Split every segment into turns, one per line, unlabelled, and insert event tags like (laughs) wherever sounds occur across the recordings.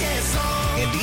Yes, oh,
and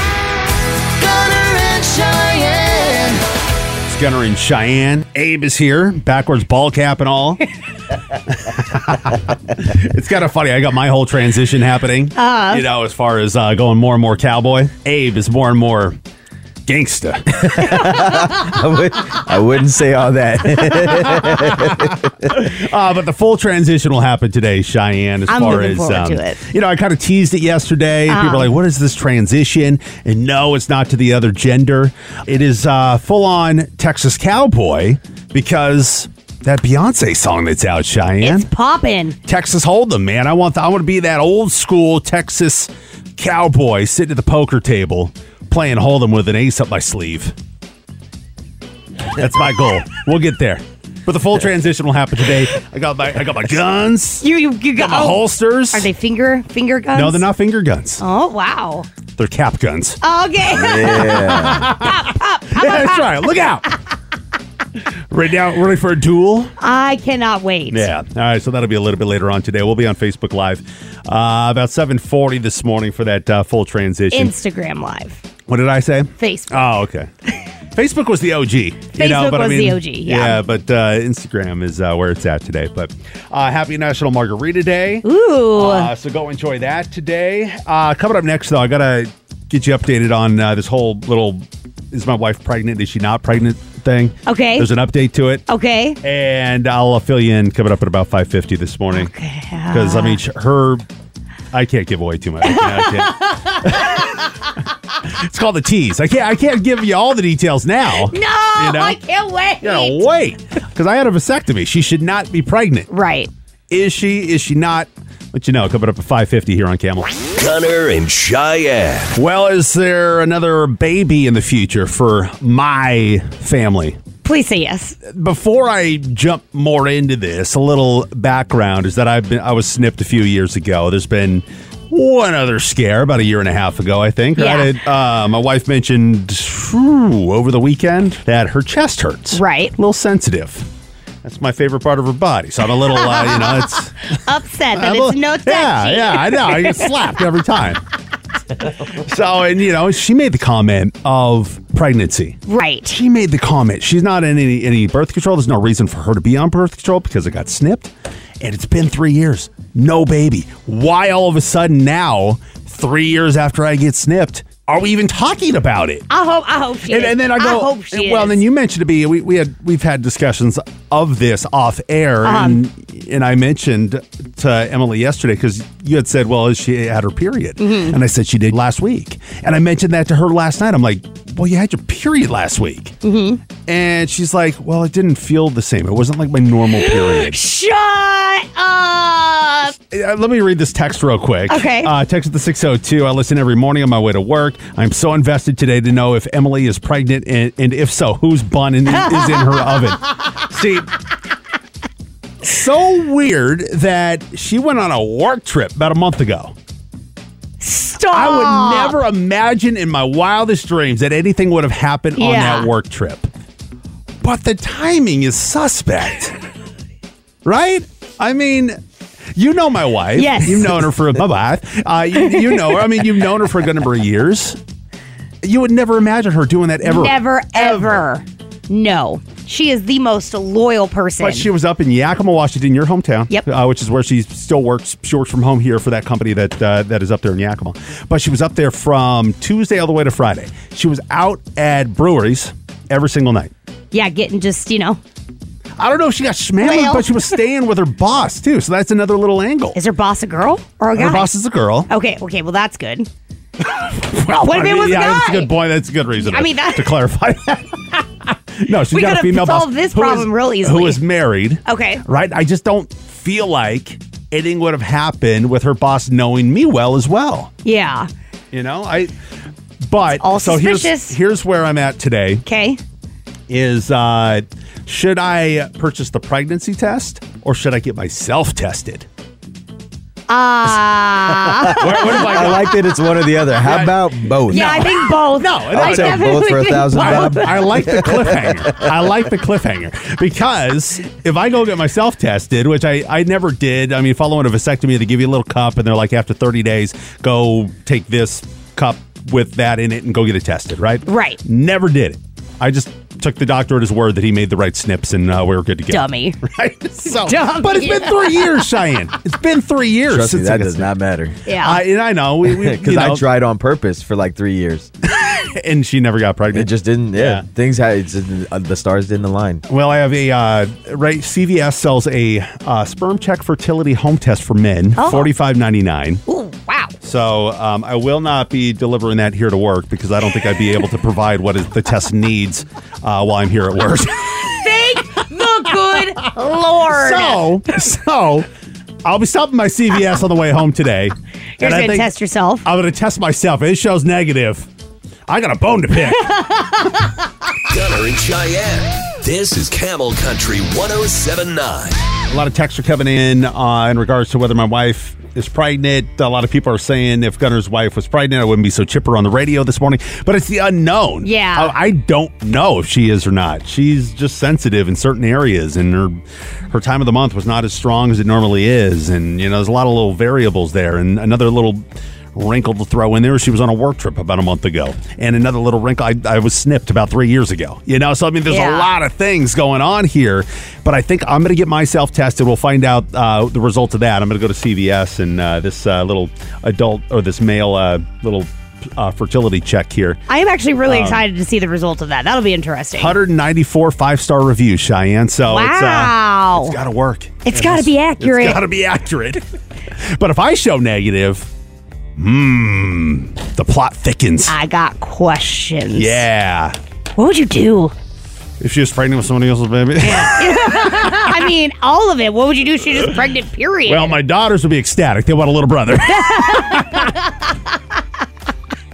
Gunner in Cheyenne. Abe is here, backwards ball cap and
(laughs)
all. it's kind of funny. I got my whole transition happening.
Uh-huh.
you know, as far as uh, going more and more cowboy. Abe is more and more
(laughs)
gangsta.
I, would, I wouldn't say all that.
(laughs) Uh, but the full transition will happen today, Cheyenne. As
I'm
far
looking
as um,
forward to it.
you know, I kind of teased it yesterday. and
Ah.
People are like, "What is this transition?" And no, it's not to the other gender. It is uh, full on Texas cowboy because that Beyonce song that's out, Cheyenne.
It's popping.
Texas Hold'em, man. I want the, I want to be that old school Texas cowboy sitting at the poker table playing Hold'em with an ace up my sleeve. That's my goal. We'll get there. But the full transition will happen today. I got my I got my guns.
You you, you
got my
oh,
holsters.
Are they finger finger guns?
No, they're not finger guns.
Oh wow.
They're cap
(laughs)
guns.
Okay.
Yeah, that's right. Look
(laughs)
out. Right now, ready for a duel?
I cannot wait.
Yeah. All right. So that'll be a little bit later on today. We'll be on Facebook Live uh, about 7:40 this morning for that uh, full transition.
Instagram live,
what did I say?
Facebook. (laughs)
Oh, okay. Facebook was the OG. you know,
Facebook
but I
was
mean,
the OG, yeah.
but uh, Instagram is uh, where it's at today. But uh, happy National Margarita Day.
Ooh.
Uh, so go enjoy that today. Uh, coming up next, though, I got to get you updated on uh, this whole little is my wife pregnant? Is she not pregnant thing.
Okay. Oh.
There's an update to it.
okay.
And I'll uh, fill you in coming up at about 5.50 this morning. Because,
Ah.
I mean, sh- her... I can't give away too much. I can't- I
(laughs)
can't. it's called the tease. I can't. I can't give you all the details now.
No,
You know?
I can't wait.
You gotta wait because I had a vasectomy. She should not be pregnant.
Right.
Is she? Is she not? Let you know. Coming up at five fifty here on Camel.
Gunner and Cheyenne.
Well, is there another baby in the future for my family?
Please say yes.
before I jump more into this, a little background is that I've been I was snipped a few years ago. There's been one other scare about a year and a half ago, I think.
Yeah.
Right? It, uh, my wife mentioned whew, over the weekend that her chest hurts.
Right.
a little sensitive. That's my favorite part of her body. So I'm a little, uh, you know,
(laughs)
it's
Upset that
I'm
it's
a-
no touchy.
(laughs) Yeah, yeah, I
(laughs)
know. I get slapped every time. so, and you know, she made the comment of pregnancy
Right.
she made the comment. She's not in any, any birth control. There's no reason for her to be on birth control because it got snipped. And it's been three years. No baby. Why all of a sudden now, three years after I get snipped, are we even talking about it?
I hope. I hope she.
And,
is.
and then I go.
hope she.
well,
is.
then you mentioned to me we, we had we've had discussions of this off air,
Uh-huh.
and and I mentioned to Emily yesterday because you had said, well, she had her period,
Mm-hmm.
and I said she did last week, and I mentioned that to her last night. I'm like, well, you had your period last week,
Mm-hmm.
and she's like, well, it didn't feel the same. It wasn't like my normal
(laughs)
period.
Shut up.
Uh, Let me read this text real quick.
Okay.
Uh, text at the 602. I listen every morning on my way to work. I'm so invested today to know if Emily is pregnant and, and if so, whose bun in, is in her oven. See, so weird that she went on a work trip about a month ago.
Stop.
I would never imagine in my wildest dreams that anything would have happened on
Yeah.
that work trip. But the timing is suspect. right? I mean, you know my wife.
Yes.
You've known her for a wife. Uh, you, you know her. I mean, you've known her for a good number of years. You would never imagine her doing that ever.
Never, ever. No. She is the most loyal person.
But she was up in Yakima, Washington, your hometown,
Yep.
uh, which is where she still works. She works from home here for that company that uh, that is up there in Yakima. But she was up there from Tuesday all the way to Friday. She was out at breweries every single night.
yeah, getting just, you know,
I don't know if she got schmammed,
Well-
but she was staying with her boss too. So that's another little angle.
is her boss a girl or a guy?
Her boss is a girl.
okay, okay, well, that's good.
Well,
What if
I
it
mean,
was a
yeah, that's a
guy?
good point. That's a good reason.
I
to-
mean, that- (laughs)
to clarify that. no, she's
We
got
could've
a female boss
solved this
who is-
problem real easily.
Who is married?
Okay.
right. I just don't feel like anything would have happened with her boss knowing me well as well.
Yeah.
You know, I. But
all
so here's
suspicious.
here's where I'm at today.
Okay.
Is uh, should I purchase the pregnancy test or should I get myself tested? (laughs)
Uh,
Where- where do I go?
I like that it's one or the other. How about both?
yeah, I think both.
No,
I
no,
I'll take
definitely
both for a
think
thousand
both.
bucks.
I like the cliffhanger. I like the cliffhanger because if I go get myself tested, which I, I never did, I mean, following a vasectomy, they give you a little cup and they're like, after 30 days, go take this cup with that in it and go get it tested, right?
Right.
Never did it. I just took the doctor at his word that he made the right snips and uh, we were good to go.
Dummy.
(laughs) Right? So,
Dummy.
But it's been three years, Cheyenne. It's been three years.
Trust me,
since I
that
got-
does
(laughs)
not matter.
Yeah.
(laughs)
I, and I know. Because we, we,
Because
you
I
know,
tried on purpose for like three years.
And she never got pregnant.
It just didn't. Yeah,
Yeah.
things had it's just, uh, the stars didn't align.
Well, I have a uh, right. CVS sells a uh, sperm check fertility home test for men,
Oh.
forty five ninety nine.
Ooh, wow.
So um, I will not be delivering that here to work because I don't think I'd be able to provide what is the test needs uh, while I'm here at
(laughs)
work.
Thank the
(laughs)
good Lord.
so, so I'll be stopping my CVS on the way home today.
You're
and
just
I
going to
think
test yourself.
I'm going to test myself. It shows negative. I got a bone to pick.
Gunner and Cheyenne. This is Camel Country 1079.
A lot of texts are coming in uh, in regards to whether my wife is pregnant. A lot of people are saying if Gunner's wife was pregnant, I wouldn't be so chipper on the radio this morning. But it's the unknown.
Yeah.
I, I don't know if she is or not. She's just sensitive in certain areas, and her her time of the month was not as strong as it normally is. And you know, there's a lot of little variables there. And another little wrinkle to throw in there she was on a work trip about a month ago and another little wrinkle I, I was snipped about three years ago you know so i mean there's a
Yeah.
lot of things going on here, but I think I'm going to get myself tested. We'll find out uh, the result of that. I'm going to go to CVS and uh, this uh, little adult or this male uh, little uh, fertility check here.
I am actually really
Um,
excited to see the result of that. That'll be interesting.
194 five star reviews, Cheyenne. So it's, uh,
Wow.
it's got to work.
It's gotta be accurate.
It's got to be accurate. but if I show negative, hmm, the plot thickens.
I got questions.
yeah.
What would you
(laughs)
do?
If she was pregnant with somebody else's baby.
I mean, all of it. What would you do if she's just pregnant, period?
(laughs) Well, my daughters would be ecstatic. They want a
(laughs)
little brother.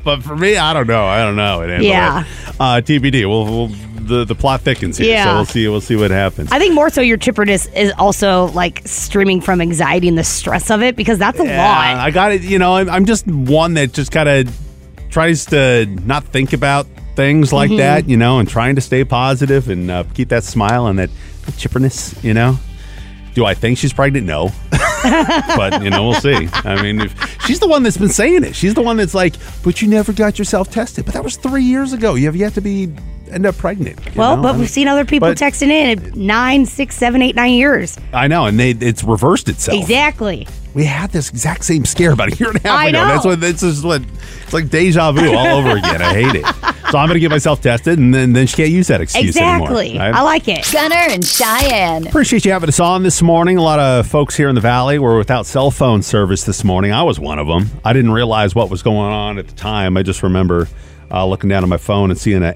but for me, I don't know. I don't know. It ain't
Yeah.
the way. Uh, TBD. We'll, we'll the the plot thickens here, so
Yeah.
we'll see. We'll see what happens.
I think more so your chipperness is also like streaming from anxiety and the stress of it because that's a
Yeah,
lot.
I got it. You know, I'm, I'm just one that just kind of tries to not think about things like
Mm-hmm.
that, you know, and trying to stay positive and uh, keep that smile and that chipperness, you know. Do I think she's pregnant? No. (laughs) but, you know, we'll see. I mean, if, she's the one that's been saying it. She's the one that's like, but you never got yourself tested. But that was three years ago. You have yet to be end up pregnant. you
well,
know? I
but
mean-
we've seen other people
but-
texting in at nine, six, seven, eight, nine years.
I know. And they, it's reversed itself.
Exactly.
We had this exact same scare about a year and a half
I
ago.
know.
That's what this is what it's like deja vu all over again. I hate it. So I'm gonna get myself tested and then, then she can't use that excuse
Exactly.
anymore.
I like it.
Gunner and Cheyenne.
Appreciate you having us on this morning. A lot of folks here in the valley were without cell phone service this morning. I was one of them. I didn't realize what was going on at the time. I just remember uh, looking down at my phone and seeing a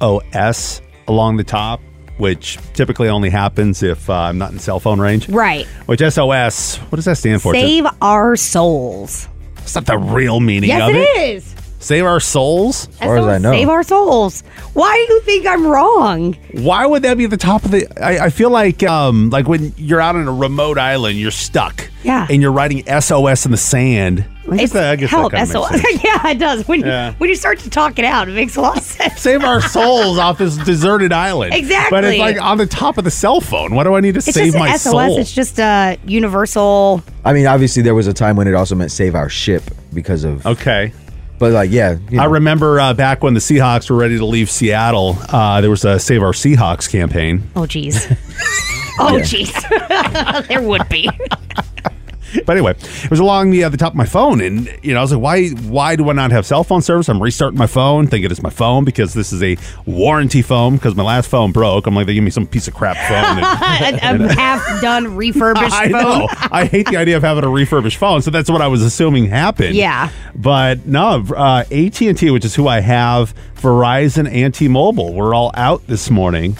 SOS along the top, which typically only happens if uh, I'm not in cell phone range.
Right.
Which SOS? What does that stand for? It's a-
Save our souls.
It's not the real meaning
Yes,
of
it is.
Save our souls?
That
far as
song,
I know.
Save our souls. Why do you think I'm wrong?
Why would that be at the top of the? I, I feel like um like when you're out on a remote island, you're stuck.
Yeah.
And you're writing SOS in the sand. I guess that- I guess that
help.
kinda makes
SOS. (laughs)
sense.
yeah, it does. When
Yeah.
you when you start to talk it out, it makes a lot of sense.
Save our souls off this deserted island. But
Exactly.
it's like on the top of the cell phone. What do I need to
It's
save
just
my
SOS.
soul?
It's just a universal.
I mean, obviously there was a time when it also meant save our ship because of.
okay.
But like, yeah, you
I
know,
remember uh, back when the Seahawks were ready to leave Seattle, uh, there was a Save Our Seahawks campaign.
Oh,
(laughs)
geez. oh, jeez. (laughs) there would be. (laughs)
(laughs) But anyway, it was along the, uh, the top of my phone, and you know I was like, why why do I not have cell phone service? I'm restarting my phone, thinking it's my phone because this is a warranty phone because my last phone broke. I'm like, they give me some piece of crap phone. And-
a, a
(laughs)
half done refurbished
I
phone.
know. (laughs) I hate the idea of having a refurbished phone, so that's what I was assuming happened.
Yeah.
but no, uh, AT and T, which is who I have, Verizon and T-Mobile, we're all out this morning,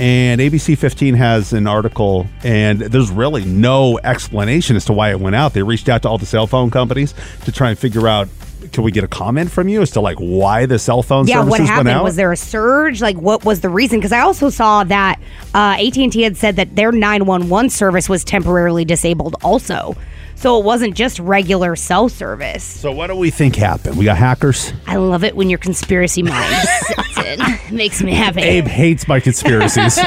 and ABC 15 has an article, and there's really no explanation as to why it went out. They reached out to all the cell phone companies to try and figure out. Can we get a comment from you as to like why the cell phone
Yeah,
services
what
went
happened?
out?
Was there a surge? Like, what was the reason? Because I also saw that uh, AT and T had said that their nine one one service was temporarily disabled, also. So it wasn't just regular cell service.
so what do we think happened? We got hackers.
I love it when your conspiracy mind sets in. It makes me happy.
Abe hates my
(laughs)
conspiracies.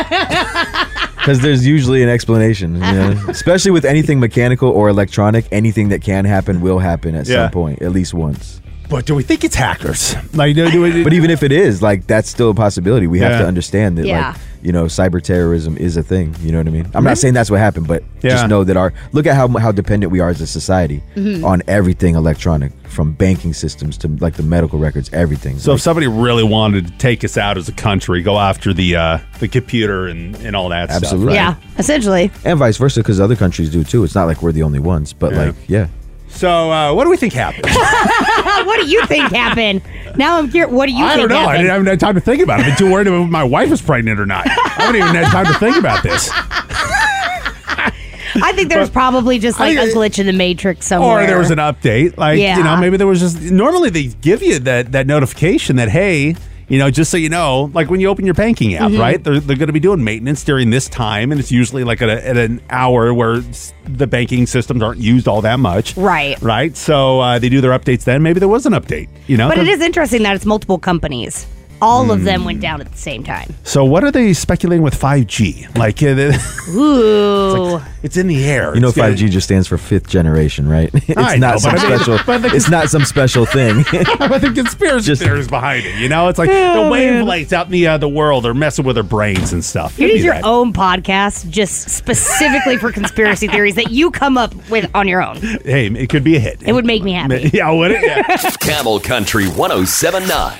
because there's usually an explanation,
(laughs)
you know? especially with anything mechanical or electronic. Anything that can happen will happen at
Yeah.
some point, at least once.
But do we think it's hackers? Like, do, do we,
But even if it is, like that's still a possibility. We have
Yeah.
to understand that,
Yeah.
like you know, cyber terrorism is a thing. You know what I mean? I'm not saying that's what happened, but
Yeah.
just know that our look at how how dependent we are as a society on everything electronic, from banking systems to like the medical records, everything.
so if somebody really wanted to take us out as a country, go after the uh, the computer and, and all that
Absolutely.
Yeah, essentially.
and vice versa, because other countries do too. It's not like we're the only ones, but like yeah,
stuff. So uh, what do we think happened?
(laughs) Uh, what do you think happened? Now I'm curious. What do you
I
think
don't know. I
happened?
didn't have time to think about it. I've been too worried about if my wife was pregnant or not. I haven't even had time to think about this.
I think
(laughs)
there's probably just like
I-
a glitch in the matrix somewhere.
Or there was an update. Like, you know,
Yeah.
maybe there was just normally they give you that that notification that hey, you know, just so you know, like when you open your banking
Mm-hmm.
app, right? They're, they're going to be doing maintenance during this time, and it's usually like at, a, at an hour where s- the banking systems aren't used all that much,
Right.
Right. So uh, they do their updates then. Maybe there was an update, you know.
But it is interesting that it's multiple companies. All of them
Hmm.
went down at the same time.
So what are they speculating with five G? Like, (laughs) uh, the-
Ooh.
it's in the air.
you know,
It's gonna-
five G just stands for fifth generation, right? (laughs) It's
I
not
know,
some
but I mean-
special.
but the-
it's not some special thing.
(laughs) but the conspiracy
Just-
theories behind it. You
(laughs)
know, it's like
Oh,
the wavelengths out in the uh, the world are messing with their brains and stuff.
You
It'd
need
be
your
that.
own podcast just specifically for conspiracy theories that you come up with on your own.
(laughs) Hey, it could be a hit.
It would make me happy.
(laughs) yeah, would it?
(laughs)
Yeah.
Camel Country 1079.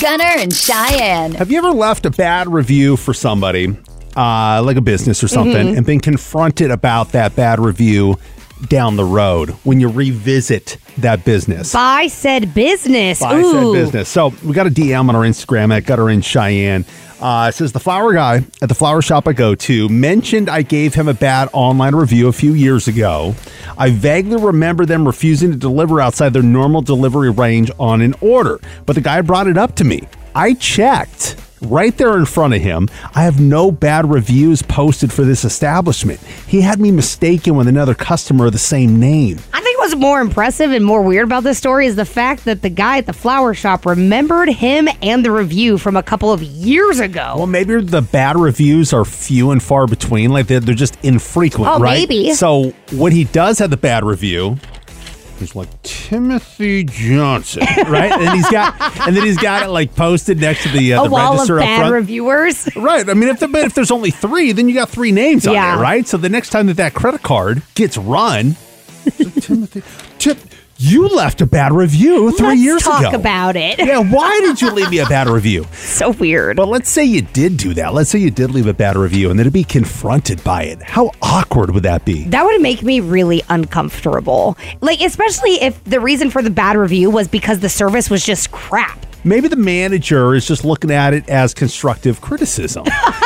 Gunner and Cheyenne.
Have you ever left a bad review for
Mm-hmm.
somebody, uh, like a business or something, and been confronted about that bad review down the road when you revisit that business.
Buy said business.
Buy said
Ooh.
business. So we got a DM on our Instagram at Gutter in Cheyenne. Uh, it says the flower guy at the flower shop I go to mentioned I gave him a bad online review a few years ago. I vaguely remember them refusing to deliver outside their normal delivery range on an order, but the guy brought it up to me. I checked right there in front of him. I have no bad reviews posted for this establishment. He had me mistaken with another customer of the same name.
I think what's more impressive and more weird about this story is the fact that the guy at the flower shop remembered him and the review from a couple of years ago.
Oh. Well, maybe the bad reviews are few and far between. Like they're, they're just infrequent,
Oh,
right?
maybe.
So when he does have the bad review, he's like Timothy Johnson, (laughs) right? and he's got, and then he's got it like posted next to the uh,
a
the
wall of
register up
bad
front.
reviewers.
Right. I mean, if the, but if there's only three, then you got three names on
Yeah.
there, right? So the next time that that credit card gets run, Timothy, Tip, you left a bad review 3
Let's
years
talk
ago.
about it.
Yeah, why did you leave me a bad review?
(laughs) So weird.
But let's say you did do that. Let's say you did leave a bad review and then to be confronted by it. How awkward would that be?
That would make me really uncomfortable. Like, especially if the reason for the bad review was because the service was just crap.
Maybe the manager is just looking at it as
(laughs)
constructive criticism,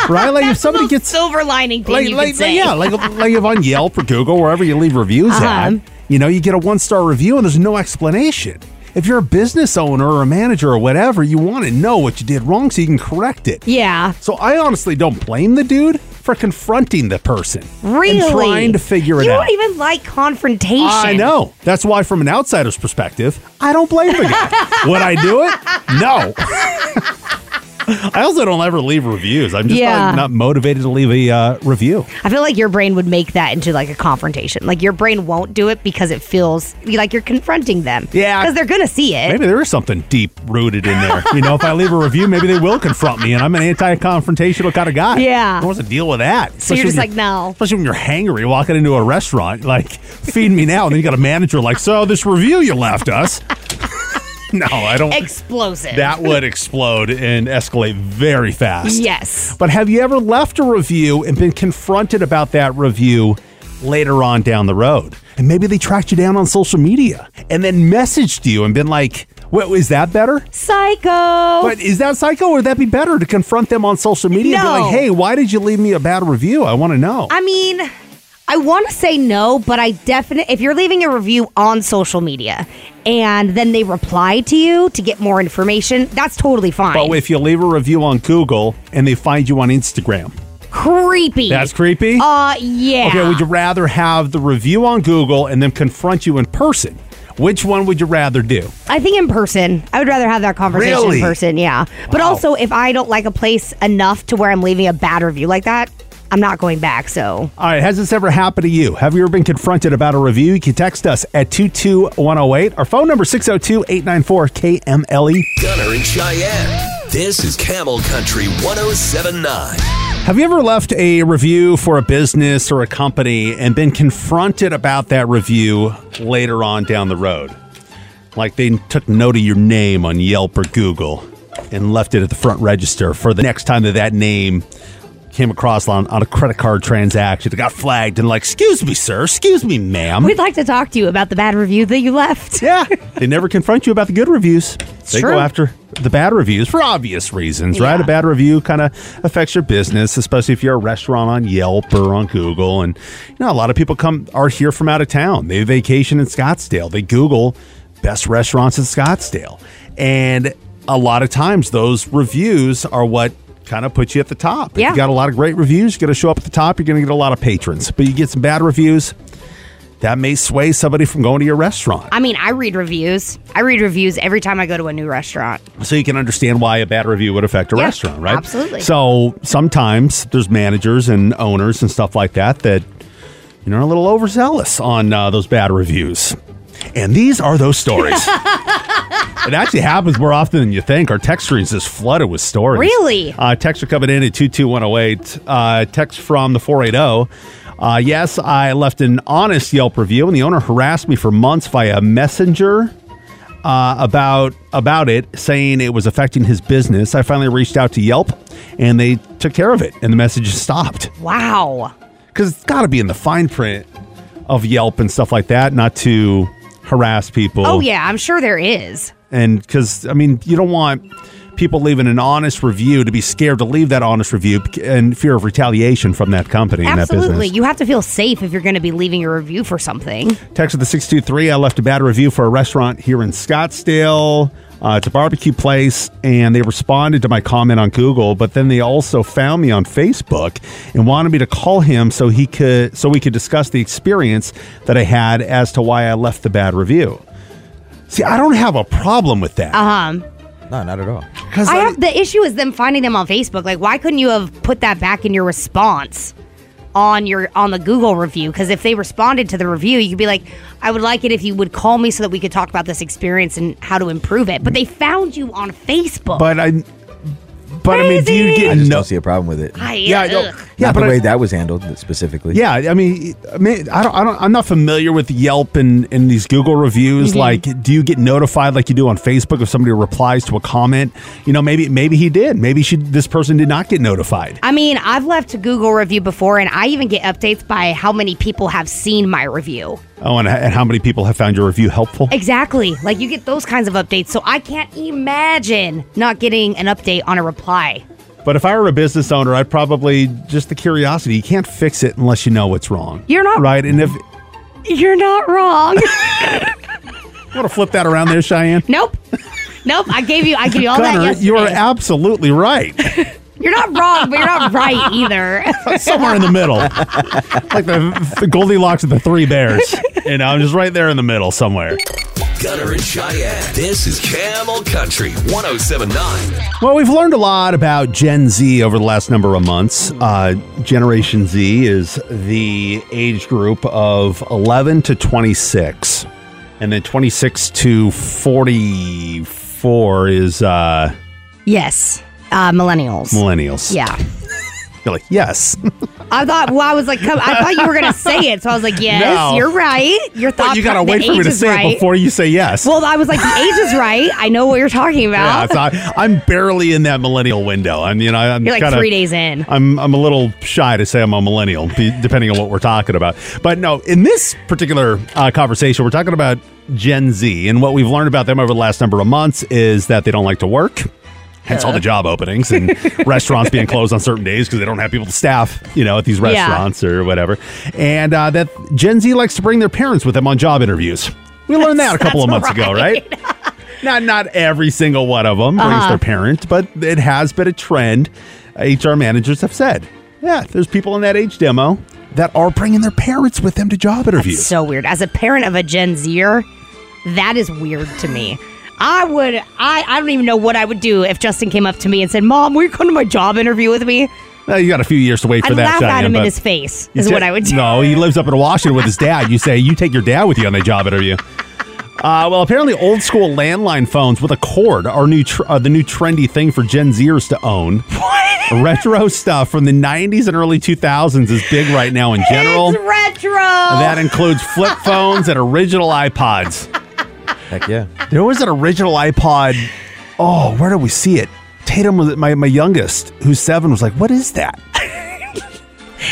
right? Like if somebody gets
Silver lining thing,
like,
you
like
could say.
yeah, like like if on Yelp or Google, wherever you leave reviews
Uh-huh.
at, you know, you get a one star review and there's no explanation. If you're a business owner or a manager or whatever, you want to know what you did wrong so you can correct it.
Yeah.
So I honestly don't blame the dude for confronting the person.
Really?
And trying to figure it
you
out.
don't even like confrontation.
I know. That's why, from an outsider's perspective, I don't blame the guy. (laughs) Would I do it? No. I also don't ever leave reviews. I'm just
Yeah.
not, not motivated to leave a uh, review.
I feel like your brain would make that into like a confrontation. Like your brain won't do it because it feels like you're confronting them.
Yeah.
Because they're going to see it.
Maybe there is something deep rooted in there. You know, if I leave a review, maybe they will confront me, and I'm an anti-confrontational kind of guy.
Yeah.
I want to deal with that.
So you're
Especially
just
when
like, no.
Especially when you're hangry, walking into a restaurant, like, feed me now, and then you got a manager like, so this review you left us. (laughs) no, I don't.
Explosive.
that would explode and escalate very fast.
Yes.
But have you ever left a review and been confronted about that review later on down the road? And maybe they tracked you down on social media and then messaged you and been like, "What is that better?
Psycho.
But is that psycho? Or would that be better to confront them on social media and be
No.
like, hey, why did you leave me a bad review? I want to know.
I mean, I want to say no, but I definitely, if you're leaving a review on social media and then they reply to you to get more information, that's totally fine.
but if you leave a review on Google and they find you on Instagram,
creepy.
that's creepy.
Uh, yeah.
Okay, would you rather have the review on Google and then confront you in person? Which one would you rather do?
I think in person. I would rather have that conversation
Really?
in person, yeah. But
Wow.
also, if I don't like a place enough to where I'm leaving a bad review like that, I'm not going back. So
All right, has this ever happened to you? Have you ever been confronted about a review? You can text us at 22108. Our phone number 602-894-KMLE.
Gunner and Cheyenne. This is Camel Country 1079.
Have you ever left a review for a business or a company and been confronted about that review later on down the road? Like they took note of your name on Yelp or Google and left it at the front register for the next time that that name came across on, on a credit card transaction. It got flagged and like, excuse me, sir, excuse me, ma'am.
we'd like to talk to you about the bad review that you (laughs) left.
Yeah, they never confront you about the good reviews. they
true.
go after the bad reviews for obvious reasons, right?
Yeah.
A bad review kind of affects your business, especially if you're a restaurant on Yelp or on Google. And you know, a lot of people come are here from out of town. They vacation in Scottsdale. They Google best restaurants in Scottsdale, and a lot of times those reviews are what kind of puts you at the top. If
Yeah.
you got a lot of great reviews, you're going to show up at the top. You're going to get a lot of patrons, but you get some bad reviews. That may sway somebody from going to your restaurant.
I mean, I read reviews. I read reviews every time I go to a new restaurant.
so you can understand why a bad review would affect a
Yeah,
restaurant, right?
absolutely.
So sometimes there's managers and owners and stuff like that that you know are a little overzealous on uh, those bad reviews, and these are those stories. It actually happens more often than you think. Our text screen's just flooded with stories.
Really?
Uh, texts are coming in at 22108. Uh, text from the 480. Uh, yes, I left an honest Yelp review, and the owner harassed me for months via messenger uh, about about it, saying it was affecting his business. I finally reached out to Yelp, and they took care of it, and the message stopped
Wow.
because it's got to be in the fine print of Yelp and stuff like that, not to harass people.
Oh yeah, I'm sure there is.
and because I mean, you don't want people leaving an honest review to be scared to leave that honest review and fear of retaliation from that company and that
Absolutely.
business.
You have to feel safe if you're going to be leaving a review for something.
Text of the 623. I left a bad review for a restaurant here in Scottsdale. Uh, it's a barbecue place, and they responded to my comment on Google, but then they also found me on Facebook and wanted me to call him so he could so we could discuss the experience that I had as to why I left the bad review. See, I don't have a problem with that.
Um,
No, not at all.
I have the issue is them finding them on Facebook. Like, why couldn't you have put that back in your response on your on the Google review? Because if they responded to the review, you could be like, "I would like it if you would call me so that we could talk about this experience and how to improve it." But they found you on Facebook.
But I, but I mean, do you
Crazy.
get
I just
no?
don't see a problem with it.
I,
Yeah, I know.
ugh.
Yeah,
not
but
the
I-
way that was handled uh, specifically.
Yeah, I mean, I mean, I don't, I don't, I'm not familiar with Yelp and, and these Google reviews.
Mm-hmm.
Like, do you get notified like you do on Facebook if somebody replies to a comment? You know, maybe, maybe he did. Maybe she, this person did not get notified.
I mean, I've left a Google review before, and I even get updates by how many people have seen my review.
Oh, and, and how many people have found your review helpful?
Exactly. Like you get those kinds of updates. So I can't imagine not getting an update on a reply.
But if I were a business owner, I'd probably just the curiosity. You can't fix it unless you know what's wrong.
You're not-
right. And if you
You're not wrong. (laughs)
want to flip that around there, Cheyenne.
nope. Nope. I gave you I gave you all that
Gunner,
yesterday.
you are absolutely right.
You're not wrong, but you're not right either.
somewhere in the middle, like the, the Goldilocks and the Three Bears. You know, I'm just right there in the middle somewhere.
Gunner and Cheyenne. This is Camel Country 1079.
Well, we've learned a lot about Gen Z over the last number of months. Uh, Generation Z is the age group of 11 to 26, and then 26 to 44 is uh,
(laughs) yes. Uh, millennials.
millennials.
yeah.
You're like, yes.
I thought well, I was like, come, I thought you were gonna say it, so I was like, yes,
No.
you're right. Your thought.
but (laughs) you got to
the
wait for me
age
to
is
say
right.
it before you say yes.
Well, I was like, the age is right. I know what you're talking
yeah,
about.
so I, I'm barely in that millennial window. I'm, you know,
(laughs)
I'm
you're like
kinda-
three days in.
I'm I'm a little shy to say I'm a millennial, be- depending on what we're talking about. But no, in this particular uh, conversation, we're talking about Gen Z, and what we've learned about them over the last number of months is that they don't like to work. Hence all the job openings and
(laughs)
restaurants being closed on certain days because they don't have people to staff, you know, at these
Yeah.
restaurants or whatever. And uh, that Gen Z likes to bring their parents with them on job interviews. We
(laughs)
learned that a couple of months ago, right? not not every single one of them brings
Uh-huh.
their parent, but it has been a trend. HR managers have said, yeah, there's people in that age demo that are bringing their parents with them to job interviews.
So weird. As a parent of a Gen Zer, that is weird to me. I would, I, I don't even know what I would do if Justin came up to me and said, Mom, will you come to my job interview with me?
Now, you got a few years to wait for
I'd
that.
laugh at
Cheyenne,
him in
but
his face,
you
is
ta-
what I would do.
No, he lives up in Washington with his dad. You say you take your dad with you on the job interview. Uh, well, apparently, old school landline phones with a cord are new tr- are the new trendy thing for Gen Zers
(laughs)
to own. Retro stuff from the 90s and early 2000s is big right now in general.
(laughs) (laughs) It's retro.
That includes flip
(laughs)
phones and original iPods.
Heck yeah.
There was an original iPod. Oh, where did we see it? Tatum was my, my youngest, who's seven, was like, "What
(laughs)
is that?"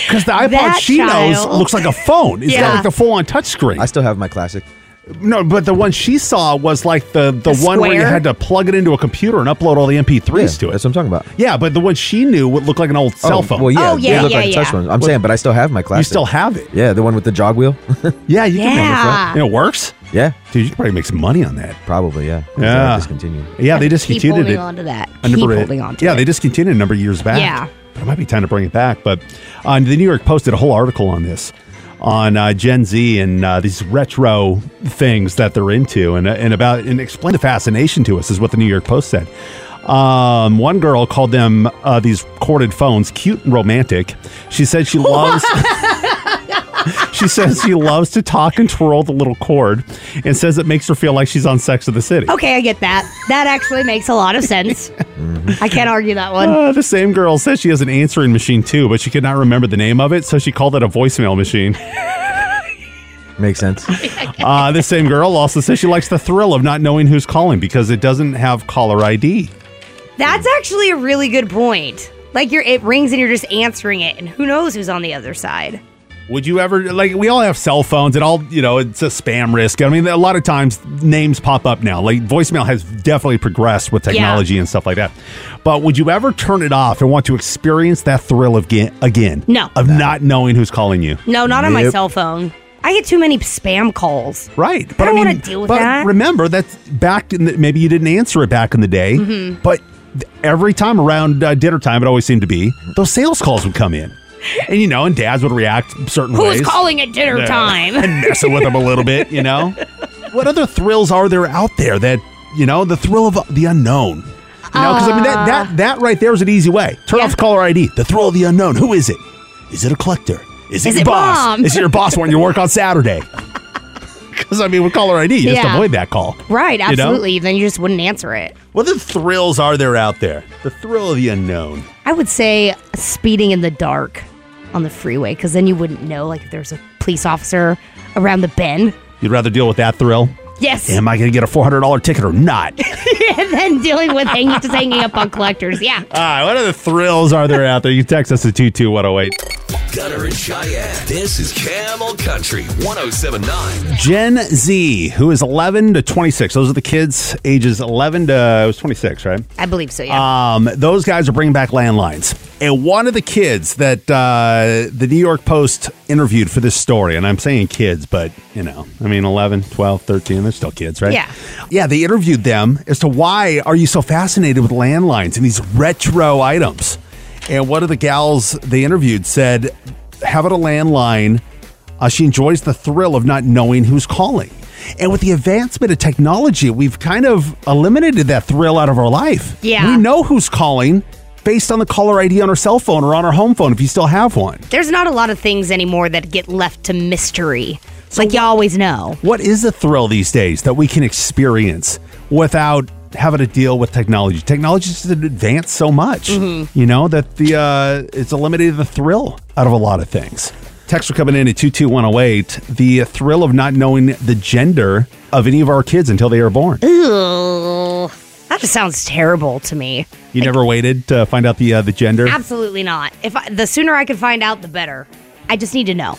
Because the iPod
That
she knows
child.
looks like a phone. It's
Yeah.
got like the full-on touchscreen.
I still have my classic.
no, but the one she saw was like the the,
The
one where you
square?
had to plug it into a computer and upload all the MP3s
Yeah,
to it.
That's what I'm talking about.
yeah, but the one she knew would look like an old cell
Oh,
phone.
Well, yeah.
Oh, yeah,
they look
yeah,
like
yeah.
touch ones. I'm saying, but I still have my
you
classic.
still have it.
Yeah, the one with the jog wheel.
(laughs) Yeah, you can make it.
Yeah.
And it works,
yeah,
dude. You could probably make some money on that.
probably. Yeah. 'Cause
Yeah.
I Discontinued.
Yeah, they
Keep
discontinued
holding
it.
on to that.
a
Keep
number of-
holding on to
yeah,
it.
they discontinued a number of years back.
Yeah.
It might be time to bring it back. But uh, the New York Post did a whole article on this, on uh, Gen Z and uh, these retro things that they're into, and, and about and explain the fascination to us is what the New York Post said. Um, one girl called them uh, these corded phones cute and romantic. She
(laughs)
said she loves. (laughs) she says she loves to talk and twirl the little cord, and says it makes her feel like she's on Sex of the City.
Okay, I get that. That actually makes a lot of
(laughs)
sense.
Mm-hmm.
I can't argue that one.
Uh, the same girl says she has an answering machine too, but she could not remember the name of it, so she called it a voicemail machine.
(laughs) Makes sense.
(laughs) Uh, the same girl also says she likes the thrill of not knowing who's calling because it doesn't have caller ID.
That's actually a really good point. Like you're, it rings and you're just answering it, and who knows who's on the other side.
Would you ever like? We all have cell phones. It all you know. It's a spam risk. I mean, a lot of times names pop up now. Like voicemail has definitely progressed with technology and stuff like that. But would you ever turn it off and want to experience that thrill of ga- again?
No.
Of not knowing who's calling you.
No, not on my
Nope.
cell phone. I get too many spam calls.
Right,
I
but I,
don't
mean,
wanna deal with
but
that.
remember that's back in the, maybe you didn't answer it back in the day,
Mhm.
but th- every time around uh, dinner time, it always seemed to be those sales calls would come in, and you know, and dads would react certain ways.
Who's calling at dinner
Yeah.
time?
(laughs) and messing with them a little bit, you know. (laughs) what other thrills are there out there that you know the thrill of the unknown? You know, because I mean
Ah.
that, that that right there is an easy way. Turn off caller ID. The thrill of the unknown. Who is it? Is it a collector? Is it
Is
your
it
boss?
mom?
Is it your boss wanting you to work
(laughs)
on Saturday? Because I mean, with caller ID, you just
Yeah.
avoid that call.
Right,
You know?
absolutely. Then you just wouldn't answer it.
What other thrills are there out there? The thrill of the unknown.
I would say speeding in the dark on the freeway because then you wouldn't know like if there's a police officer around the bend
You'd rather deal with that thrill.
Yes.
Am I going to get a four hundred dollar ticket or not?
(laughs) and then dealing with hanging just hanging up on collectors. Yeah.
(laughs) All right. What other thrills are there out there? You text us at two two one zero eight.
Gunner and Cheyenne. This is Camel Country 1079.
Gen Z, who is 11 to 26. Those are the kids ages 11 to it was 26, right?
I believe so, yeah.
Um, those guys are bringing back landlines. And one of the kids that uh, the New York Post interviewed for this story, and I'm saying kids, but you know, I mean 11, 12, 13, they're still kids, right?
Yeah.
Yeah, they interviewed them as to why are you so fascinated with landlines and these retro items. And one of the gals they interviewed said, having a landline, uh, she enjoys the thrill of not knowing who's calling. And with the advancement of technology, we've kind of eliminated that thrill out of our life.
Yeah.
We know who's calling based on the caller ID on our cell phone or on our home phone if you still have one.
There's not a lot of things anymore that get left to mystery. It's like you always know.
What is the thrill these days that we can experience without having to deal with technology? Technology has advanced so much,
Mhm.
you know, that the uh, it's eliminated the thrill out of a lot of things. Texts are coming in at 22108. The thrill of not knowing the gender of any of our kids until they are born.
Ew. That just sounds terrible to me.
You never waited to find out the uh, the gender?
Absolutely not. If I, the sooner I can find out, the better. I just need to know.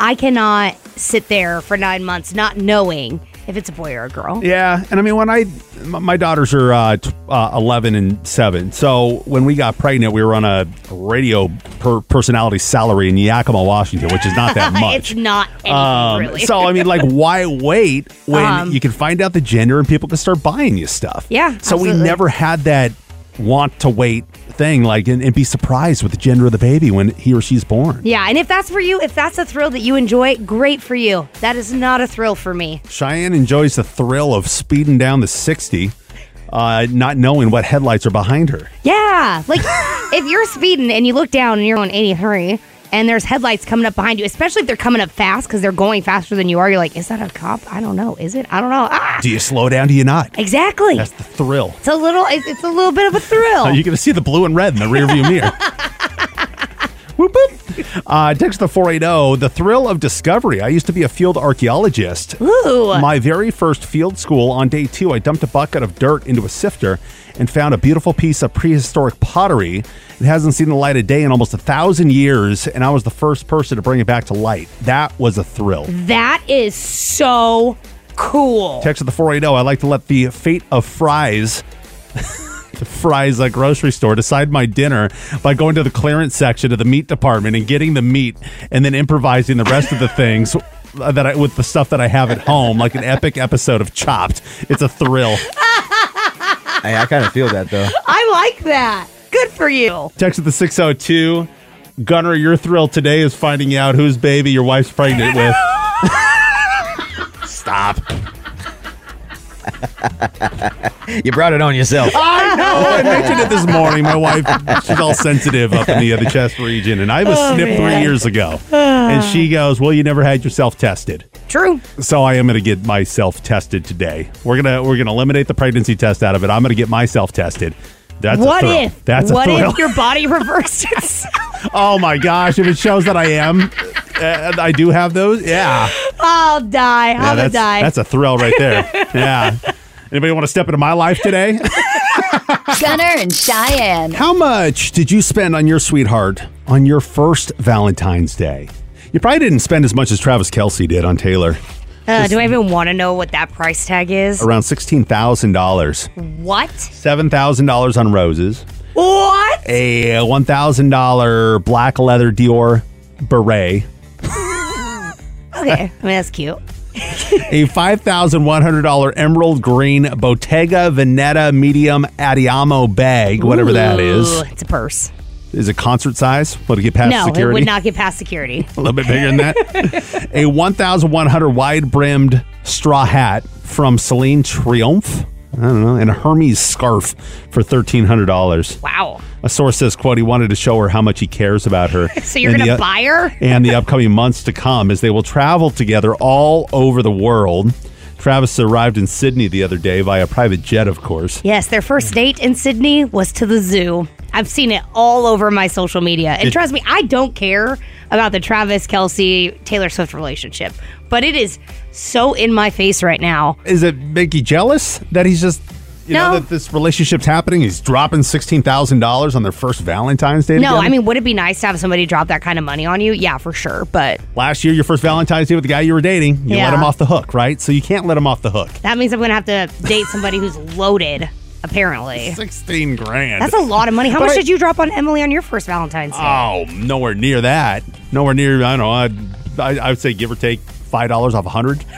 I cannot sit there for nine months not knowing if it's a boy or a girl.
Yeah, and I mean when I my my daughters are uh, t- uh, eleven and seven, so when we got pregnant, we were on a radio per- personality salary in Yakima, Washington, which is not that much.
(laughs) Uh, it's not anything
Um,
really.
So I mean, like, why wait when
Um,
you can find out the gender and people can start buying you stuff?
Yeah,
So we
absolutely.
never had that want to wait thing, like, and, and be surprised with the gender of the baby when he or she's born.
(laughs) Yeah, and if that's for you, if that's a thrill that you enjoy, great for you. That is not a thrill for me.
Cheyenne enjoys the thrill of speeding down the 60, uh, not knowing what headlights are behind her.
Yeah, like if you're speeding and you look down and you're on 83 and there's headlights coming up behind you, especially if they're coming up fast because they're going faster than you are, you're like, is that a cop? I don't know. Is it? I don't know. Ah!
Do you slow down? Do you not?
Exactly.
That's the thrill.
It's a little. It's, it's a little bit of a thrill.
Uh, you can see the blue and red in the rearview
(laughs)
mirror. Whoop, whoop. Uh, text the 480, the thrill of discovery. I used to be a field archaeologist.
Ooh.
My very first field school, on day two, I dumped a bucket of dirt into a sifter and found a beautiful piece of prehistoric pottery. It hasn't seen the light of day in almost a thousand years, and I was the first person to bring it back to light. That was a thrill.
that is so cool.
Text at the 480. I like to let the fate of fries, (laughs) the fries at grocery store, decide my dinner by going to the clearance section of the meat department and getting the meat and then improvising the rest of the things that I, with the stuff that I have at home, like an epic episode of Chopped. It's a thrill.
Hey, I kind of feel that though.
I like that. Good for you.
Text at the 602. Gunner, your thrill today is finding out whose baby your wife's pregnant with. Stop.
you brought it on yourself.
I know. I mentioned it this morning. My wife, she's all sensitive up in the, uh, the chest region, and I was
Oh,
snipped
man.
three years ago. and she goes, "Well, you never had yourself tested."
True.
So I am going to get myself tested today. We're gonna we're gonna eliminate the pregnancy test out of it. I'm going to get myself tested. That's
what
a thrill.
if?
That's
what
a thrill.
if your body
(laughs)
reversed itself?
oh my gosh! If it shows that I am, uh, I do have those. Yeah.
I'll die.
Yeah,
I'm gonna
that's,
die.
that's a thrill right there. yeah. Anybody want to step into my life today?
Gunner and Cheyenne.
How much did you spend on your sweetheart on your first Valentine's Day? You probably didn't spend as much as Travis Kelsey did on Taylor.
Uh, do I even want to know what that price tag is?
Around sixteen thousand dollars,
What?
seven thousand dollars on roses,
What?
a one thousand dollar black leather Dior beret,
Okay. I mean, that's cute.
a five thousand one hundred dollar emerald green Bottega Veneta medium Adiamo bag, whatever that
Ooh,
is,
It's a purse.
is it concert size. Would it get past
no,
security?
it would not get past security.
(laughs) a little bit
(laughs)
bigger than that. a 1,100 wide brimmed straw hat from Celine Triomphe. I don't know, and a Hermes scarf for thirteen hundred dollars.
Wow! (laughs)
A source says, "quote He wanted to show her how much he cares about her."
So you're
And
gonna
the- uh,
buy her?
and the upcoming months to come as they will travel together all over the world. Travis arrived in Sydney the other day via private jet, of course.
Yes, their first date in Sydney was to the zoo. I've seen it all over my social media. And
Did-
trust me, I don't care about the Travis Kelsey Taylor Swift relationship, but it is so in my face right now.
Is it make you jealous that he's just you know that this relationship's happening? He's dropping sixteen thousand dollars on their first Valentine's Day.
No,
together?
I mean, would it be nice to have somebody drop that kind of money on you? Yeah, for sure. But
last year, your first Valentine's Day with the guy you were dating, you let
Yeah.
him off the hook, right? So you can't let him off the hook.
that means I'm going to have to date somebody who's (laughs) loaded, apparently.
16 grand.
That's a lot of money. How
But
much
I-
did you drop on Emily on your first Valentine's Day?
Oh, nowhere near that. Nowhere near. I don't know. I'd, I, I would say give or take five dollars off a hundred. (laughs)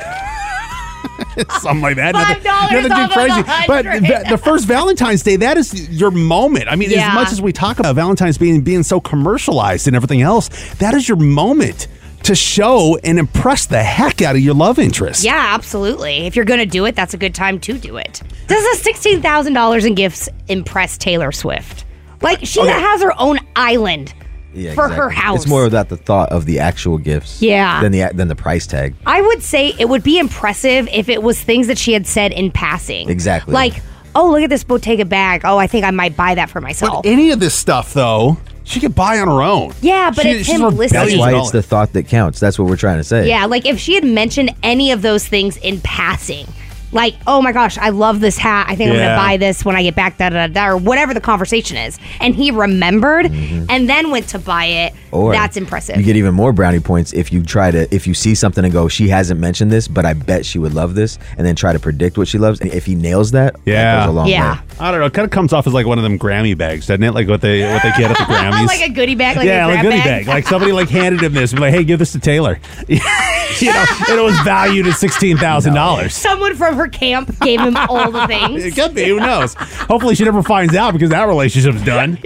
Something like that.
$5
Nothing- nothing
off of
But
100.
the, the first Valentine's Day, that is your moment. I mean,
Yeah.
as much as we talk about Valentine's being being so commercialized and everything else, that is your moment to show and impress the heck out of your love interest.
Yeah, absolutely. If you're going to do it, that's a good time to do it. Does the $16,000 in gifts impress Taylor Swift? Like, she has her own island
Yeah,
for her
exactly.
house.
It's more about the thought of the actual gifts,
Yeah.
than the than the price tag.
I would say it would be impressive if it was things that she had said in passing.
Exactly.
Like, oh, look at this Bottega bag. Oh, I think I might buy that for myself.
Any of this stuff, though, she could buy on her own.
yeah, but
She-
it's
she's
him
rebellious
That's
listening.
why it's the thought that counts. That's what we're trying to say.
Yeah, like if she had mentioned any of those things in passing, like, oh my gosh, I love this hat. I think I'm
Yeah.
going to buy this when I get back, da da da, da, or whatever the conversation is. And he remembered and then went to buy it.
Mm-hmm. Or
That's impressive.
You get even more brownie points if you try to if you see something and go, she hasn't mentioned this, but I bet she would love this, and then try to predict what she loves. And if he nails that, that
Yeah,
goes a long way.
I don't know. It kind of comes off as like one of them Grammy bags, doesn't it? Like what they what they get at the
(laughs)
Grammys.
like a goodie bag, like a
yeah,
grab
like goodie
bag.
bag. Like somebody like handed him this, and like, hey, give this to Taylor. (laughs) you know, and it was valued at sixteen thousand dollars.
Someone from her camp gave him all the things.
(laughs) It could be. Who knows? Hopefully, she never finds out because that relationship's
(laughs)
done.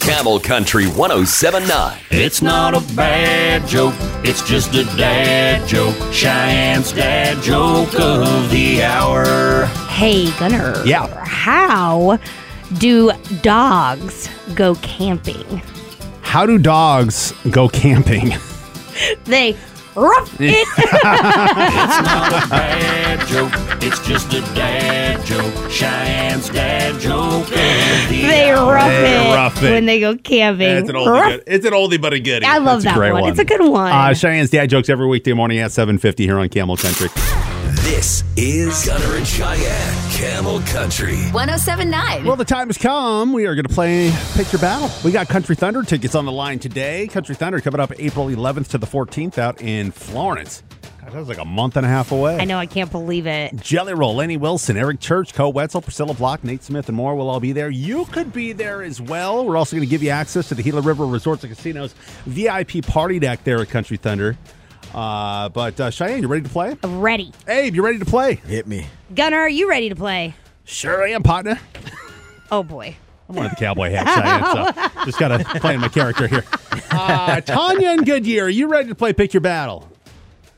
Camel Country 1079.
It's not a bad joke. It's just a dad joke. Cheyenne's dad joke of the hour.
Hey, Gunner.
Yeah.
How do dogs go camping?
How do dogs go camping?
They rough
(laughs)
it's
it.
not a bad joke. It's just a dad joke. Cheyenne's dad joke of the
they
hour.
rough,
They
it
rough it.
when they go camping.
Yeah, it's an oldie
Rough
good- it's an oldie but a goodie.
I love
That's
that
a great
one. It's a good one.
Uh, Cheyenne's dad jokes every weekday morning at seven fifty here on Camel Country.
This is Gunner and Cheyenne, Camel Country.
1079.
Well, the time has come. We are going to play Pick Your Battle. We got Country Thunder tickets on the line today. Country Thunder coming up April 11th to the 14th out in Florence. God, that was like a month and a half away.
I know, I can't believe it.
Jelly Roll, Lenny Wilson, Eric Church, Co Wetzel, Priscilla Block, Nate Smith, and more will all be there. You could be there as well. We're also going to give you access to the Gila River Resorts and Casinos VIP party deck there at Country Thunder. Uh, but uh, Cheyenne, you ready to play?
Ready.
Abe, you ready to play?
Hit me.
Gunnar, are you ready to play?
Sure am, partner.
Oh boy.
I'm one of the cowboy hats I (laughs) am, so just kind of playing my character here. (laughs) Uh, Tanya and Goodyear, are you ready to play Pick Your Battle?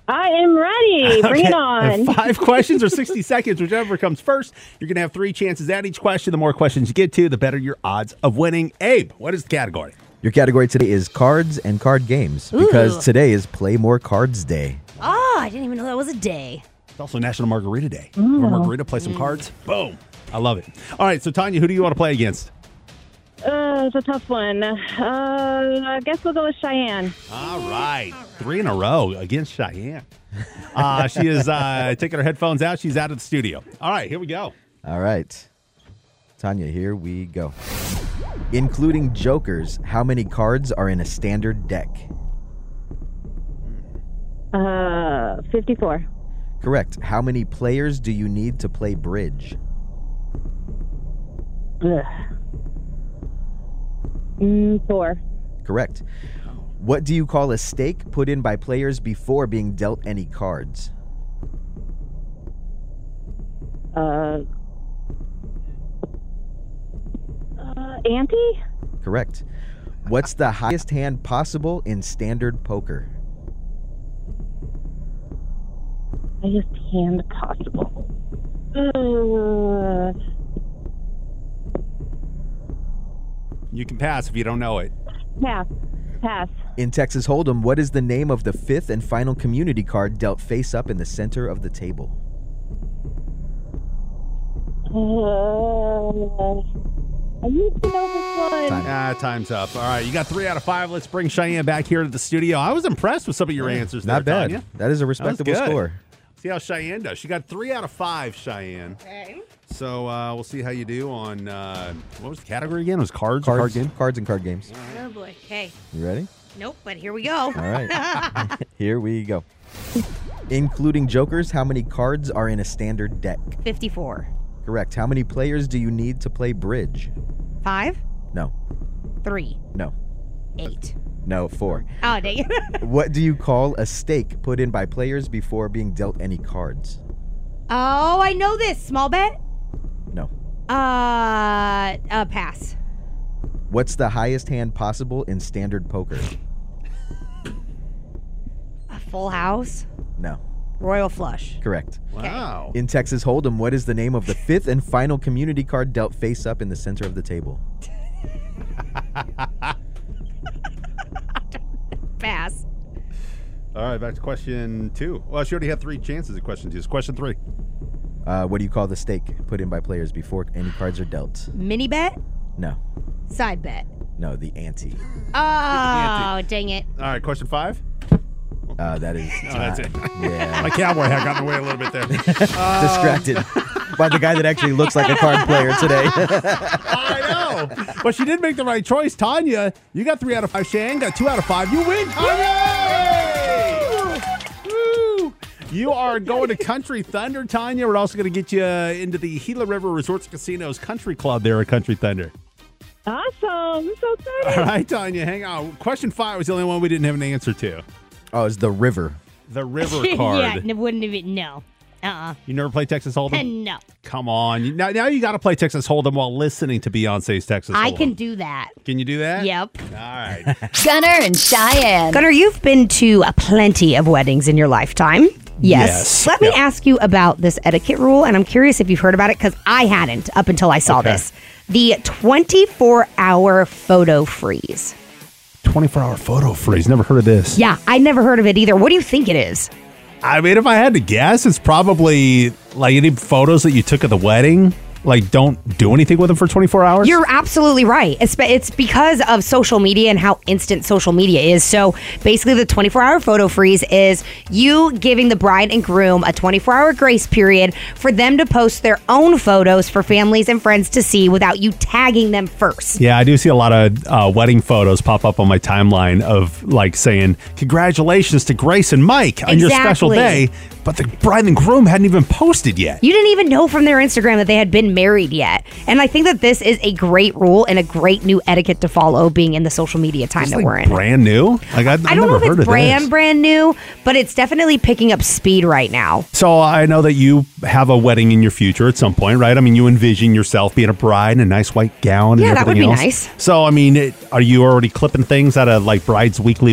I am
(laughs)
ready. Bring
Okay,
it on.
and Five questions or 60 seconds, whichever comes first. You're going to have three chances at each question. The more questions you get to, the better your odds of winning. Abe, what is the category?
Your category today is cards and card games
Ooh.
because today is Play More Cards Day.
Oh, I didn't even know that was a day.
It's also National Margarita Day. Have a margarita, play
Mm.
some cards. Boom. I love it. All right, so Tanya, who do you want to play against?
Uh, it's a tough one. Uh, I guess we'll go with Cheyenne.
All right. Three in a row against Cheyenne. Uh, she is uh, taking her headphones out. She's out of the studio. All right, here we go.
All right. Tanya, here we go. Including jokers, how many cards are in a standard deck?
Uh, 54.
Correct. How many players do you need to play bridge?
Ugh. Mm, four.
Correct. What do you call a stake put in by players before being dealt any cards?
Uh, uh, ante?
Correct. What's the highest hand possible in standard poker?
Highest hand possible. Uh,
You can pass if you don't know it.
pass. Pass.
In Texas Hold'em, what is the name of the fifth and final community card dealt face up in the center of the table?
Uh, I used to know this one.
Ah, time's up. All right, you got three out of five. Let's bring Cheyenne back here to the studio. I was impressed with some of your answers.
Not
there,
bad.
Tanya.
That is a
was
respectable
good.
score.
See how Cheyenne does. She got three out of five. Cheyenne. Okay. So uh, we'll see how you do on uh, what was the category again? It was cards,
Cards,
card game.
cards and card games.
Oh boy. Okay.
You ready?
Nope, but here we go.
All right.
(laughs)
(laughs) Here we go. Including jokers, how many cards are in a standard deck?
54.
Correct. How many players do you need to play bridge?
5,
No,
3,
no,
8.
no, four.
Oh, dang it.
(laughs) What do you call a stake put in by players before being dealt any cards?
Oh, I know this. Small bet?
No.
Uh, uh pass.
What's the highest hand possible in standard poker?
A full house.
No.
Royal flush.
Correct.
Wow.
In Texas Hold'em, what is the name of the fifth and final community card dealt face up in the center of the table?
(laughs) Pass.
All right, back to question two. Well, she already had three chances at question two. It's question three.
Uh, what do you call the stake put in by players before any cards are dealt?
Mini bet?
No,
Side bet.
no, the ante.
Oh, dang it.
All right, question five.
Uh, that is.
Oh, that's it.
Yeah.
(laughs) My cowboy hat got in the way a little bit there. Um,
Distracted by the guy that actually looks like a card player today.
(laughs) I know. But she did make the right choice. Tanya, you got three out of five. Shane got two out of five. You win, Tanya! Woo! You are going to Country Thunder, Tanya. We're also going to get you uh, into the Gila River Resorts and Casinos Country Club there at Country Thunder.
Awesome. I'm so excited.
All right, Tanya, hang on. Question five was the only one we didn't have an answer to.
Oh, it's the river.
The river card.
(laughs) yeah, n- wouldn't have been. No. Uh
You never played Texas
uh (laughs)
Hold'em?
No.
Come on. You- Now, now you got to play Texas Hold'em while listening to Beyonce's Texas
I
Hold'em.
can do that.
Can you do
Eh.
that?
Yep.
All right. (laughs)
Gunner and Cheyenne.
Gunnar, you've been to uh, plenty of weddings in your lifetime. Yes.
Yes.
Let me ask you about this etiquette rule, and I'm curious if you've heard about it because I hadn't up until I saw
Okay.
this. The 24 hour photo freeze.
24 hour photo freeze. Never heard of this.
Yeah, I never heard of it either. What do you think it is?
I mean, if I had to guess, it's probably like any photos that you took at the wedding, like don't do anything with them for 24 hours.
You're absolutely right. It's, it's because of social media and how instant social media is. So basically, the 24 hour photo freeze is you giving the bride and groom a 24 hour grace period for them to post their own photos for families and friends to see without you tagging them first.
yeah, I do see a lot of uh, wedding photos pop up on my timeline of like saying, Congratulations to Grace and Mike on your special
Exactly.
day. But the bride and groom hadn't even posted yet.
You didn't even know from their Instagram that they had been married yet. And I think that this is a great rule and a great new etiquette to follow being in the social media time that we're in.
Brand new? Like, I,
I don't know if it's brand brand new, but it's definitely picking up speed right now.
So I know that you have a wedding in your future at some point, right? I mean, you envision yourself being a bride in a nice white gown.
Yeah,
and
that would
everything
be
else.
nice.
So I mean, it, are you already clipping things out of like Bride's Weekly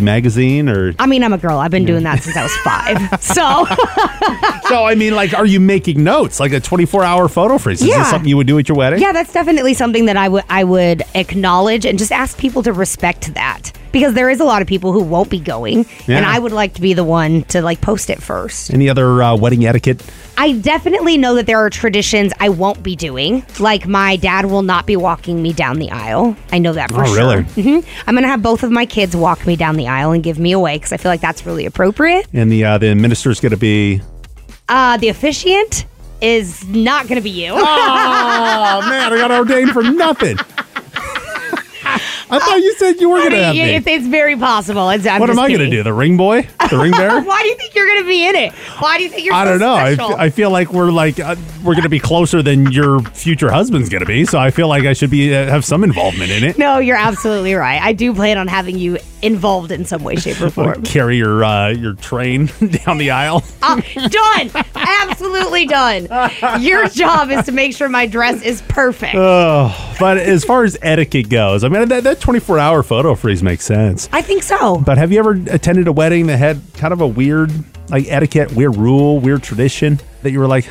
(laughs)
magazine, or
I mean, I'm a girl. I've been doing that since I was
(laughs)
five. So
so? I mean, like, are you making notes like a twenty-four hour photo freeze? Is
Yeah.
this something you would do at your wedding?
yeah, that's definitely something that I would I would acknowledge and just ask people to respect that because there is a lot of people who won't be going, and
Yeah.
I would like to be the one to like post it first.
Any other uh, wedding etiquette?
I definitely know that there are traditions I won't be doing. Like my dad will not be walking me down the aisle. I know that for
Oh,
sure.
really?
hmm I'm gonna have both of my kids walk me down the aisle and give me away because I feel like that's really appropriate.
And the uh, the minister's going to be.
Uh, the officiant is not gonna be you.
Oh man, I got ordained for nothing. (laughs) I thought you said you were
I
going to
mean,
have me.
It's, it's very possible. It's, I'm
what am
just
I going to
kidding.
do? The ring boy? The ring bearer?
Why do you think you're going to be in it? Why do you think you're?
I
so
don't know. I,
Special?
I feel like we're like uh, we're going to be closer than your future husband's going to be, so I feel like I should be uh, have some involvement in it.
no, you're absolutely right. I do plan on having you involved in some way,
(laughs)
shape, or form.
Carry your uh, your train (laughs) down the aisle.
Uh, done. Absolutely done.
(laughs)
Your job is to make sure my dress is perfect.
Oh, but as far as etiquette goes, I mean that that 24 hour photo freeze makes sense.
I think so.
But have you ever attended a wedding that had kind of a weird like etiquette, weird rule, weird tradition that you were like,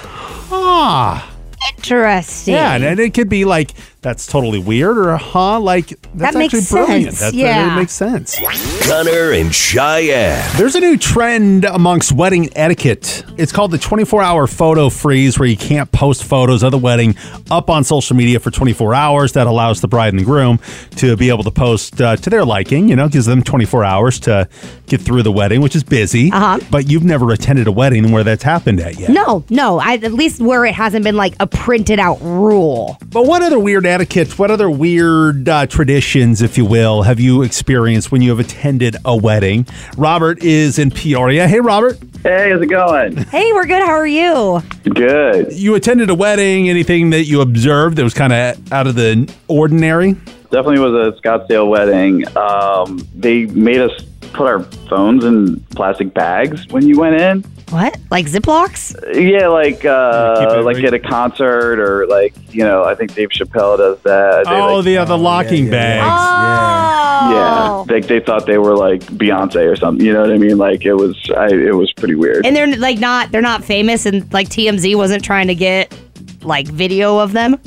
ah.
Interesting.
Yeah, and, and it could be like that's totally weird, or huh, like that's
That makes
actually brilliant.
sense,
That's,
yeah.
it makes sense.
Gunner and Cheyenne.
There's a new trend amongst wedding etiquette. It's called the 24 hour photo freeze, where you can't post photos of the wedding up on social media for 24 hours. That allows the bride and the groom to be able to post uh, to their liking, you know, gives them 24 hours to get through the wedding, which is busy. Uh-huh. But you've never attended a wedding where that's happened at yet.
No, no. I, at least where it hasn't been like a printed out rule.
But what other weird etiquettes, what other weird uh, traditions, if you will, have you experienced when you have attended a wedding? Robert is in Peoria. Hey, Robert.
Hey, how's it going?
Hey, we're good. How are you?
Good.
You attended a wedding. Anything that you observed that was kind of out of the ordinary?
Definitely was a Scottsdale wedding. Um, they made us put our phones in plastic bags when you went in.
What? Like Ziplocs?
Yeah, like uh, like at a concert or like you know, I think Dave Chappelle does that. They,
oh,
like,
the other locking bags.
Oh.
yeah, like they thought they were like Beyonce or something. You know what I mean? Like it was, I it was pretty weird.
And they're like not they're not famous and like TMZ wasn't trying to get like video of them.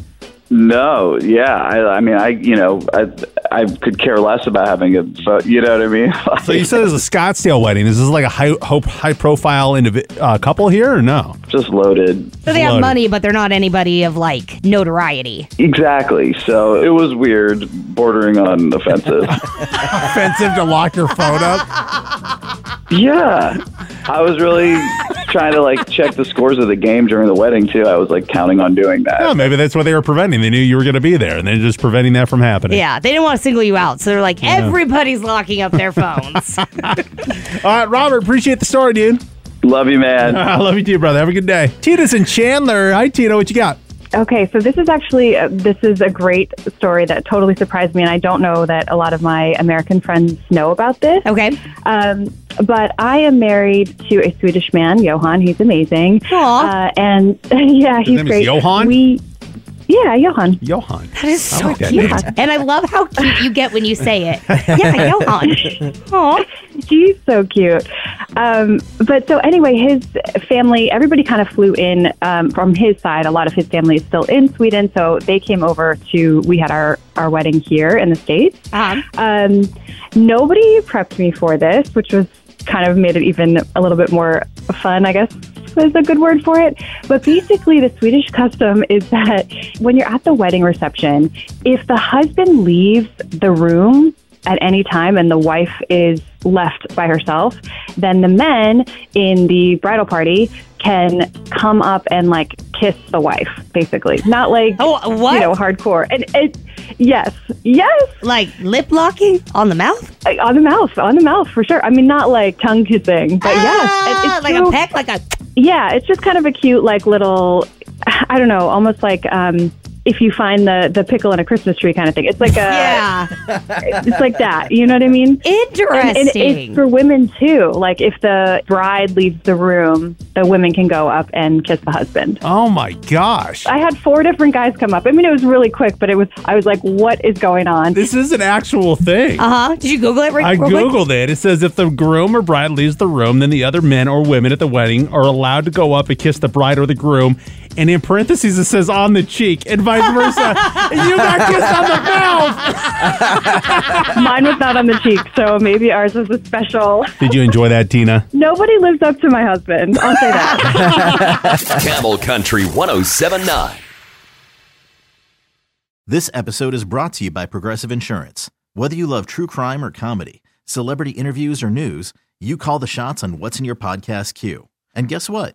No, yeah, I, I mean, I you know, I I could care less about having a, pho- you know what I mean? (laughs)
Oh. So you said it was a Scottsdale wedding. Is this like a high, ho- high profile indivi- uh, couple here or no?
Just loaded.
So they have money, but they're not anybody of like notoriety.
Exactly. So it was weird, bordering on offensive.
Offensive to lock your phone (laughs) up?
yeah. I was really trying to like check the scores of the game during the wedding too. I was like counting on doing that.
No, maybe that's what they were preventing. They knew you were going to be there and they're just preventing that from happening.
Yeah, they didn't want to single you out, so they're like
Yeah.
everybody's locking up their phones.
All right, Robert, appreciate the story, dude.
Love you, man.
(laughs) I love you too, brother. Have a good day. Tina's in Chandler. Hi, Tina. What you got?
Okay, so this is actually uh, this is a great story that totally surprised me, and I don't know that a lot of my American friends know about this.
Okay,
um, but I am married to a Swedish man, Johan. He's amazing. Uh, and (laughs) yeah,
His
he's
name is
great.
Johan?
We, yeah, Johan.
Johan.
That is so
like that
cute.
name.
And I love how cute you get when you say it. Yeah, Johan. Aw.
He's so cute. Um, but so anyway, his family, everybody kind of flew in um, from his side. A lot of his family is still in Sweden, so they came over to. We had our our wedding here in the states. Um, nobody prepped me for this, which was kind of made it even a little bit more fun, I guess is a good word for it. But basically, the Swedish custom is that when you're at the wedding reception, if the husband leaves the room at any time and the wife is left by herself, then the men in the bridal party can come up and like kiss the wife, basically. Not like
oh, what?
you know, hardcore. And it, yes, yes,
like lip locking on the mouth,
on the mouth, on the mouth for sure. I mean, not like tongue kissing, but yes, it-
Ah,
it's
like a
so-
peck, like a
yeah, it's just kind of a cute, like little, I don't know, almost like um, if you find the the pickle in a Christmas tree kind of thing. It's like a,
yeah,
it's like that. You know what I mean? And, and
Interesting.
it's for women too. Like if the bride leaves the room, the women can go up and kiss the husband.
Oh my gosh.
I had four different guys come up. I mean, it was really quick, but it was. I was like, "What is going on?"
This is an actual thing.
Uh huh. Did you Google it? Right,
I
real quick?
Googled it. It says if the groom or bride leaves the room, then the other men or women at the wedding are allowed to go up and kiss the bride or the groom. And in parentheses, it says on the cheek and vice versa. you got kissed on the mouth.
Mine was not on the cheek, so maybe ours was a special.
Did you enjoy that, Tina?
Nobody lives up to my husband. I'll say
(laughs)
that.
Camel Country 1079.
This episode is brought to you by Progressive Insurance. Whether you love true crime or comedy, celebrity interviews or news, you call the shots on what's in your podcast queue. And guess what?